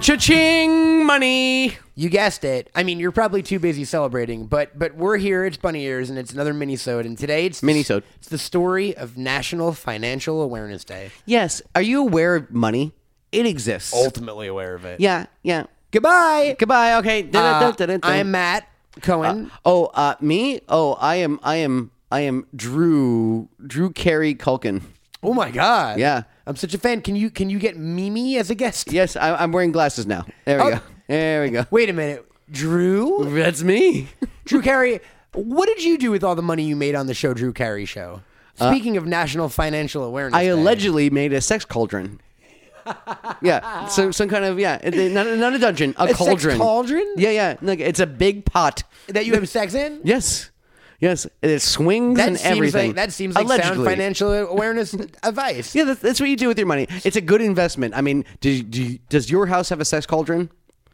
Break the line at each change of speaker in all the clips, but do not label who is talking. Cha-ching money.
You guessed it. I mean, you're probably too busy celebrating, but but we're here. It's Bunny Ears, and it's another mini-sode. And today it's the-
Mini-sode.
It's the story of National Financial Awareness Day.
Yes. Are you aware of money? It exists.
Ultimately aware of it.
Yeah. Yeah.
Goodbye.
Goodbye. Okay.
Uh,
Da-da-da-da-da-da.
I'm Matt Cohen.
Oh, uh, me? Oh, I am. I am. I am Drew. Drew Carey Culkin.
oh my god.
Yeah.
I'm such a fan. Can you can you get Mimi as a guest?
Yes, I, I'm wearing glasses now. There we
Oh.
go. There we go.
Wait a minute, Drew.
That's me.
Drew Carey. What did you do with all the money you made on the show, Drew Carey Show? Speaking of National Financial Awareness,
Uh, I
Day.
allegedly made a sex cauldron. yeah, so some kind of yeah, it- it- not, a- not a dungeon, a,
sex
cauldron.
cauldron?
Yeah, yeah. Like it's a big pot.
that you have sex in.
Yes, yes. It swings
That
and
seems
everything.
like that seems like sound
Allegedly.
financial awareness advice.
Yeah, that's, that's what you do with your money. It's a good investment. I mean, do, do, does your house have a sex cauldron?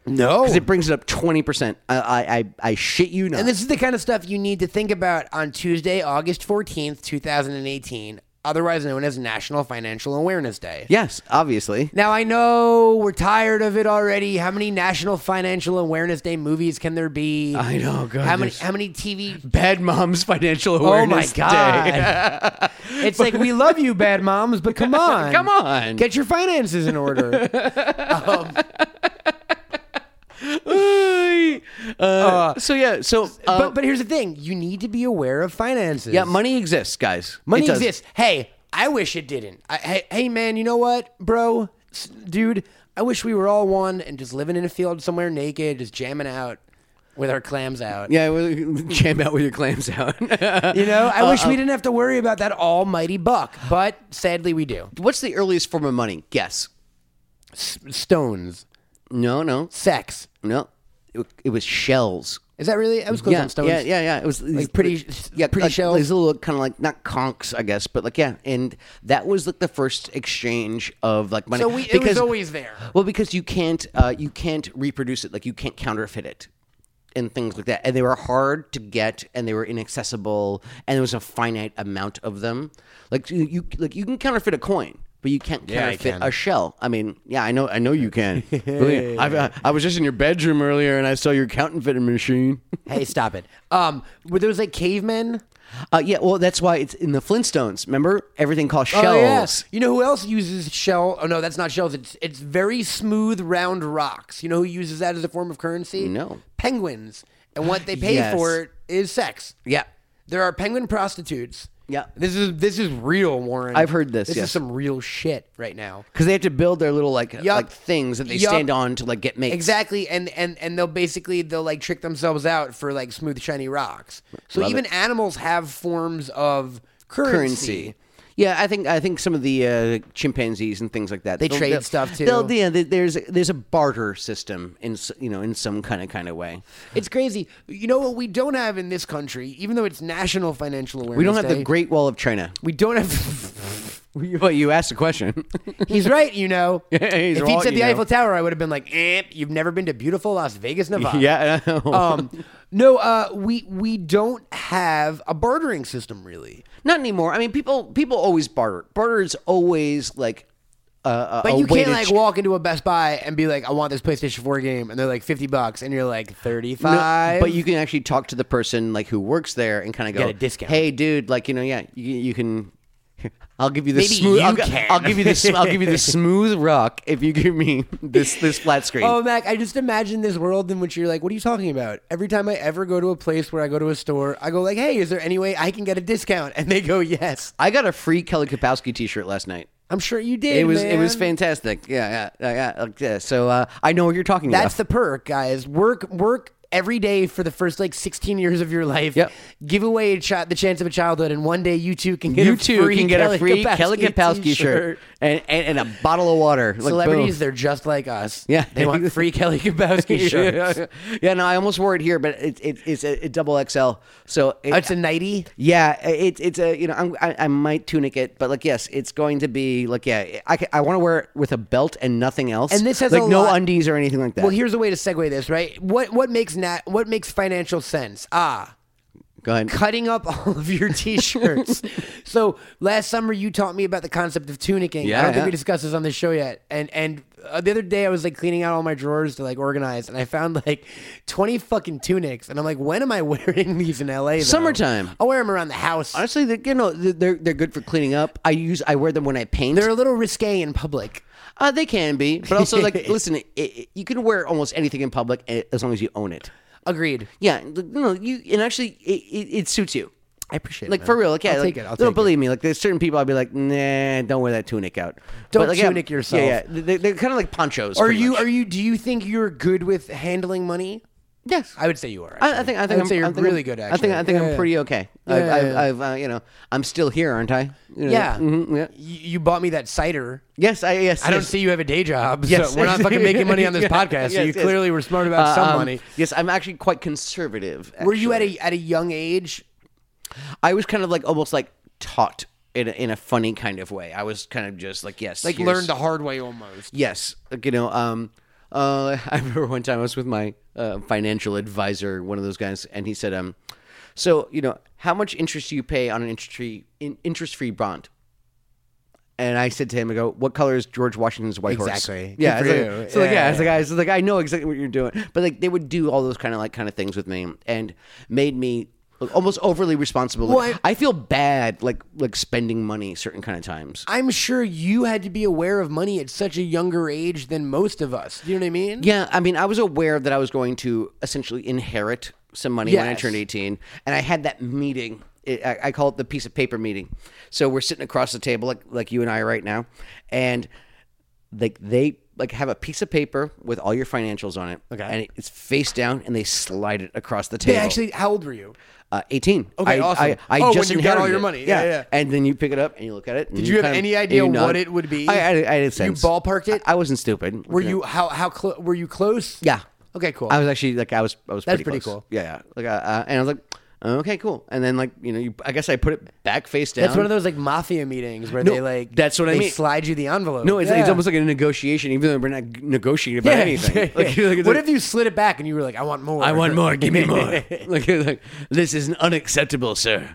No,
Because it brings it up twenty percent. I, I I I shit you not.
And this is the kind of stuff you need to think about on Tuesday, August 14th, 2018, otherwise known as National Financial Awareness Day.
yes, obviously.
Now, I know we're tired of it already. How many National Financial Awareness Day movies can there be?
I know, God,
How many,
there's-
how many TV.
Oh, Bad Mom's Financial
Oh my
Awareness Day.
God. it's like, we love you, bad moms, but come on.
Come on. Uh,
Get your finances in order.
Ay. Uh, so yeah, so uh,
but, but here's the thing you need to be aware of finances.
yeah, money exists, guys.
Money
It does.
exists. Hey, I wish it didn't. I, hey, hey, man, you know what, bro, S- dude? I wish we were all one and just living in a field somewhere naked, just jamming out with our clams out.
Yeah, well, jam out with your clams out.
You know,
Uh,
I wish we didn't have to worry about that almighty buck, but sadly we do.
What's the earliest form of money? Guess.
Stones,
No, no,
sex.
no. It, it was shells.
Is that really? I was close
yeah,
on stones.
yeah, yeah, yeah. It was these-
pretty-
yeah,
pretty
like,
shells?
These little kind of like not conchs, I guess, but like yeah. And that was like the first exchange of like money.
So we, it was always there.
Well, because you can't uh, you can't reproduce it, like you can't counterfeit it, and things like that. And they were hard to get, and they were inaccessible, and there was a finite amount of them. Like you, you like you can counterfeit a coin. But you can't
Yeah, I
counterfeit
can.
a shell. I mean, yeah, I know, I know you can. Believe- I've, uh, I was just in your bedroom earlier, and I saw your counterfeiting machine.
hey, stop it. Um, were those like cavemen?
Uh, yeah, well, that's why it's in the Flintstones. Remember, everything called shells.
Oh, yeah. You know who else uses shell? Oh no, that's not shells. It's it's very smooth round rocks. You know who uses that as a form of currency?
No.
Penguins. And what they pay
Yes.
for it is sex.
Yeah.
There are penguin prostitutes.
Yeah.
This is this is real, Warren.
I've heard this,
This
yes.
is some real shit right now.
Because they have to build their little like
Yup.
like things that they
Yup.
stand on to like get mates.
Exactly, and and and they'll basically they'll like trick themselves out for like smooth shiny rocks. So
Love
even animals have forms of currency.
currency. Yeah, I think I think some of the uh, chimpanzees and things like that
They
they'll-
trade
they'll-
stuff, too.
They'll, yeah, there- there's there's a barter system in s- you know in some kind of kind of way.
It's crazy. You know what we don't have in this country, even though it's National Financial Awareness
We don't have
Day,
the Great Wall of China.
We don't have.
Well, you asked a question.
He's right, you know.
He's
if
right,
he'd said
you
the
know.
Eiffel Tower, I would have been like, eh, "You've never been to beautiful Las Vegas, Nevada."
yeah. I know.
Um, no, uh, we we don't have a bartering system really.
Not anymore. I mean, people people always barter. Barter is always like. Uh,
But
a
you
way
can't
to
like
ch-
walk into a Best Buy and be like, "I want this PlayStation 4 game," and they're like fifty bucks, and you're like thirty
No,
five.
but you can actually talk to the person like who works there and kind of go
Get a discount.
Hey, dude, like you know, yeah, you, you can. I'll give you the
Maybe
smooth.
you
I'll, g-
can.
I'll give you this. I'll give you the smooth rock if you give me this this flat screen.
Oh, Mac, I just imagine this world in which you're like, what are you talking about? Every time I ever go to a place where I go to a store, I go like, hey, is there any way I can get a discount? And they go, yes.
I got a free Kelly Kapowski T-shirt last night.
I'm sure you did.
It was it was
man.
fantastic. Yeah, yeah, yeah. yeah, like, yeah. So uh, I know what you're talking
That's
about.
the perk, guys. Work, work every day for the first like 16 years of your life.
Yep.
Give away a chi- the chance of a childhood, and one day you too can get
you
a
too
free
can get
Kelly
a free Kelly Kapowski
t-shirt.
shirt and, and, and a bottle of water. Like, boom.
Celebrities, they're just like us.
Yeah.
they want free Kelly Kapowski shirts.
yeah, yeah, no, I almost wore it here, but it, it, it's a, a double XL. So it,
Oh, it's a nighty.
yeah, it, it's a you know I'm, I I might tunic it, but like yes, it's going to be like yeah I, ca- I want to wear it with a belt and nothing else.
And this has
like
a
no
lot-
undies or anything like that.
Well, here's a way to segue this, right? What what makes nat what makes financial sense? Ah,
go ahead.
cutting up all of your t-shirts. so last summer you taught me about the concept of tunicking. I
Yeah,
don't think
yeah.
we discussed this on the show yet. And and uh, the other day I was like cleaning out all my drawers to like organize, and I found like twenty fucking tunics, and I'm like, when am I wearing these in L.A. though?
Summertime.
I wear them around the house.
Honestly, they, you know they're they're- they're good for cleaning up. I use I wear them when I paint.
They're a little risque in public.
Uh, they can be, but also like listen, it, it, you can wear almost anything in public eh, as long as you own it.
Agreed.
Yeah, you know, you and actually it, it, it suits you.
I appreciate
Like
it. man.
for real, like yeah,
I'll
like,
take it. I'll
no,
take it.
believe me. Like there's certain people, I'd be like, nah, don't wear that tunic out.
Don't
like,
tunic yourself.
Yeah, yeah. They, they're kind of like ponchos.
Are
pretty
you
much.
are you do you think you're good with handling money?
Yes,
I would say you are.
I, I think I think
would
am
say you're
i think I'm-
really good. Actually,
I think I think
Yeah,
I'm
yeah.
pretty okay.
Yeah,
I've,
yeah,
I've, I've uh, you know I'm still here, aren't I? You know,
Yeah.
mhm, yeah.
You, you bought me that cider.
Yes, I yes.
I don't
yes.
see you have a day job,
Yes.
so we're not fucking making money on this
Yeah,
podcast. so
yes,
you
yes.
clearly were smart about
Uh,
some
um,
money.
Yes, I'm actually quite conservative.
Were you at
actually.
a at a young age?
I was kind of like almost like taught in a, in a funny kind of way. I was kind of just like yes,
Like
here's-
learned the hard way almost.
Yes, like, you know. Um, uh, I remember one time I was with my uh, financial advisor, one of those guys, and he said, um, so you know, how much interest do you pay on an interest-free in, interest-free bond? And I said to him, I go, what color is George Washington's white horse?
Exactly. Good
Yeah.
for
it's like-
you.
so like, yeah,
Yeah.
it's like, I, so like, I know exactly what you're doing, but like they would do all those kind of like kind of things with me and made me almost overly responsible.
Well, I-
I feel bad like like spending money certain kind of times.
I'm sure you had to be aware of money at such a younger age than most of us. You know what I mean?
Yeah, I mean, I was aware that I was going to essentially inherit some money when I
Yes.
turned 18, and I had that meeting. It, I, I call it the piece of paper meeting. So we're sitting across the table, like like you and I right now, and like they like have a piece of paper with all your financials on it, okay, and it's face down, and they slide it across the
They
table.
actually, how old were you?
uh, 18.
Okay,
I,
awesome.
I, I
Oh, when
just
you got all
inherited
your
it.
money. Yeah, yeah.
and then you pick it up and you look at it. Did
you have any idea what it would be?
I, I, I had a sense.
ballparked it?
I, I wasn't stupid.
Were you how how close? Were you close?
Yeah.
Okay. Cool.
I was actually like I was I was
That's
pretty,
pretty
close.
cool.
Yeah, yeah. Like uh, uh, and I was like, okay, cool. And then like you know, you, I guess I put it back face down.
That's one of those like mafia meetings where
No,
they like
that's what I
they
mean.
Slide you the envelope.
No, it's, it's
Yeah.
almost like a negotiation, even though we're not g- negotiating about anything. Like, you're like, it's
what
like,
if you slid it back and you were like, I want more?
I want more. Give me more. like, you're like this is unacceptable, sir.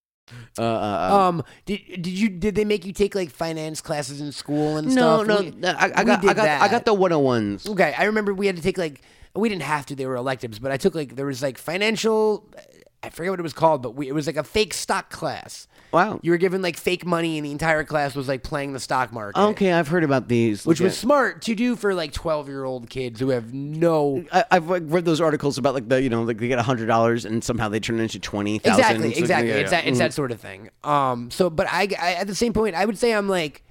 Uh, uh, uh,
Um, did did you did they make you take like finance classes in school and
no,
stuff?
no,
We-
no, I, I
we
got,
did
I got, I
that.
got the 101s.
Okay, I remember we had to take like we didn't have to; they were electives, but I took like there was like financial. I forget what it was called, but we, it was like a fake stock class.
Wow.
You were given like fake money, and the entire class was like playing the stock market.
Okay, I've heard about these.
which
Like,
was smart to do for like twelve-year-old kids who have no
I, I've like, read those articles about like the you know like they get hundred dollars and somehow they turn it into twenty thousand.
exactly exactly it's that it's that sort of thing um so but I, I at the same point i would say i'm like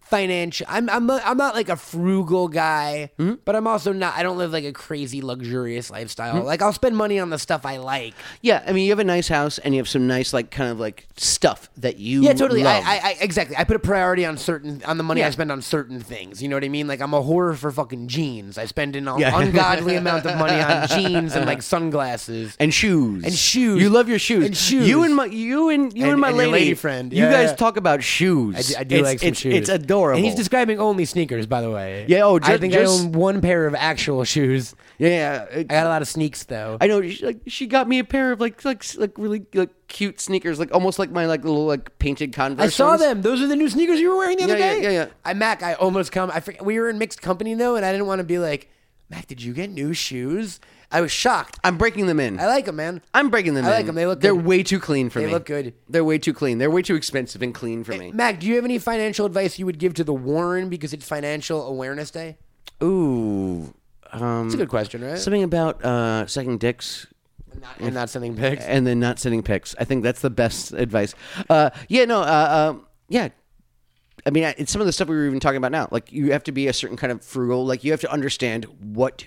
financial i'm i'm, a, I'm not like a frugal guy
Hmm?
but i'm also not i don't live like a crazy luxurious lifestyle
Hmm?
like i'll spend money on the stuff i like
Yeah, I mean, you have a nice house and you have some nice, like, kind of like stuff that you
yeah totally I,
Love.
I i exactly i put a priority on certain on the money i spend on certain things you know what i mean like i'm a whore for fucking jeans i spend an ungodly amount of money on jeans and like sunglasses
and shoes
And shoes.
You love your shoes
And shoes.
You and my you and you and,
And-
my
and your
lady,
lady friend.
you
Yeah,
guys
yeah.
talk about shoes.
I do, I do
It's-
like some
it's,
shoes.
It's adorable.
And he's describing only sneakers, by the way.
Yeah, oh,
I
ju-
think
just-
I own one pair of actual shoes.
yeah. yeah, it-
I got a lot of sneaks though.
I know. She, like she got me a pair of like like s- like really like cute sneakers, like almost like my like little like painted Converse.
I saw
ones.
them. Those are the new sneakers you were wearing the other
Yeah, yeah,
day.
yeah, yeah.
I Mac. I almost come. I forget, we were in mixed company though, and I didn't want to be like. Mac, did you get new shoes? I was shocked.
I'm breaking them in.
I like them, man.
I'm breaking them
I
in.
like 'em. They look
They're
good.
way too clean for
They
me.
look good.
They're way too clean. They're way too expensive and clean for me.
Mac, do you have any financial advice you would give to the Warren because it's Financial Awareness Day?
Ooh. Um,
It's a good question, right?
Something about uh, sucking dicks
Not- and not sending pics.
and then not sending pics. I think that's the best advice. Uh, yeah, no, uh, uh, yeah. I mean, I- it's some of the stuff we were even talking about now. Like, you have to be a certain kind of frugal. Like, you have to understand what,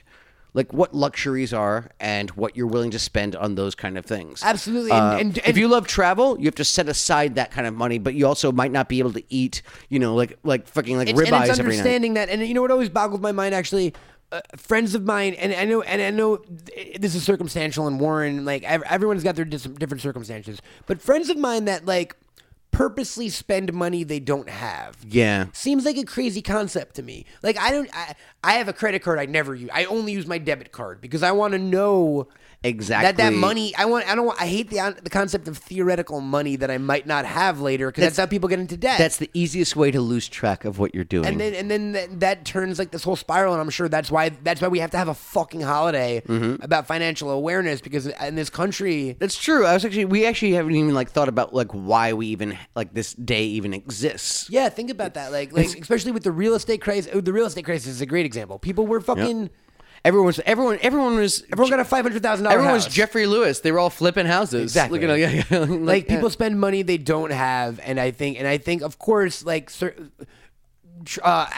like, what luxuries are and what you're willing to spend on those kind of things.
Absolutely, and-
Uh,
and-
if
and-
you love travel, you have to set aside that kind of money, but you also might not be able to eat, you know, like like fucking like
It's-
ribeyes
and it's
every night.
understanding that, and you know what always boggled my mind actually. Uh, friends of mine, and I know, and I know, th- this is circumstantial. And Warren, like ev- everyone's got their dis- different circumstances, but friends of mine that like purposely spend money they don't have.
Yeah.
seems like a crazy concept to me. Like I don't, I, I have a credit card I never use. I only use my debit card because I want to know
Exactly.
that that money. I want. I don't. Want, I hate the the concept of theoretical money that I might not have later because that's,
That's-
how people get into debt.
That's the easiest way to lose track of what you're doing.
and then and then that, that turns like this whole spiral, and I'm sure that's why that's why we have to have a fucking holiday
Mm-hmm.
about financial awareness because in this country,
That's true. I was actually we actually haven't even like thought about like why we even like this day even exists.
Yeah, think about that. Like, like especially with the real estate crisis. The real estate crisis is a great example. People were fucking.
Everyone's everyone everyone was
Everyone got a five hundred thousand dollars.
everyone was Jeffrey Lewis. They were all flipping houses.
Exactly.
Looking at, like,
like
yeah.
people spend money they don't have, and I think, and I think, of course, like cer- tr- uh,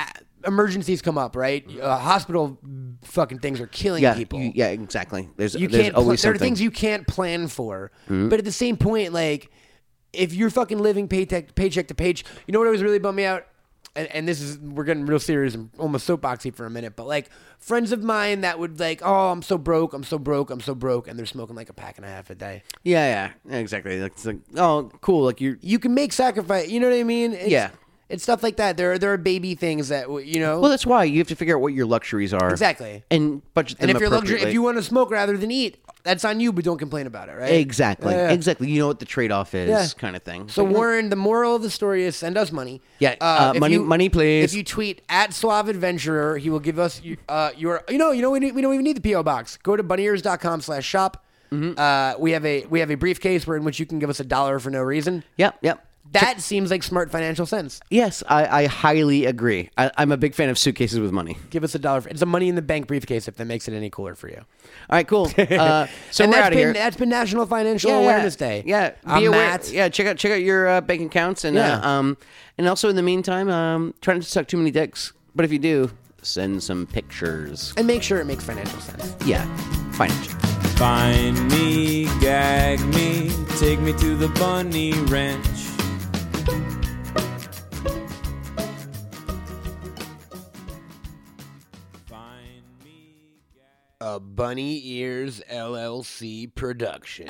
emergencies come up, right? Uh, hospital fucking things are killing
Mm. yeah,
people.
you- yeah, exactly. There's
you
there's
can't. Pl- there
always
are
something. Mm-hmm.
things you can't plan for, but at the same point, like if you're fucking living paycheck paycheck to page, you know what always really bummed me out. And, and this is we're getting real serious and almost soapboxy for a minute, but like friends of mine that would like, oh, I'm so broke, I'm so broke, I'm so broke, and they're smoking like a pack and a half a day.
yeah, yeah, exactly. Like, it's like oh, cool. Like you
you can make sacrifice. You know what I mean? It's,
Yeah.
It's stuff like that. There are there are baby things that w- you know.
Well, that's why you have to figure out what your luxuries are
Exactly.
and budget them
and if you're luxury,
appropriately.
if you want to smoke rather than eat, that's on you. But don't complain about it, right?
exactly,
Yeah.
exactly. You know what the trade off is,
Yeah.
kind of thing.
So Warren, the moral of the story is send us money.
Yeah, uh,
if
money- money, please.
If you tweet at Suave Adventurer, he will give us your- uh, your. You know, you know, we, need, we don't even need the PO box. Go to bunnyears.com slash shop.
Mm-hmm.
Uh, we have a we have a briefcase where in which you can give us a dollar for no reason.
yep, yep.
That seems like smart financial sense.
Yes, I, I highly agree. I, I'm a big fan of suitcases with money.
Give us a dollar. For, it's a money in the bank briefcase if that makes it any cooler for you.
All right, cool. Uh, so
and
we're out
that's
of
been,
here.
That's been National Financial
Yeah, yeah.
Awareness Day.
Yeah,
I'm
aware-
Matt.
Yeah, check out check out your uh, bank accounts and
Yeah.
uh, um and also in the meantime, um, try not to suck too many dicks. But if you do, send some pictures.
And make sure it makes financial sense.
Yeah, financial.
Find me, gag me, take me to the bunny ranch. Find me, gag
A Bunny Ears LLC production.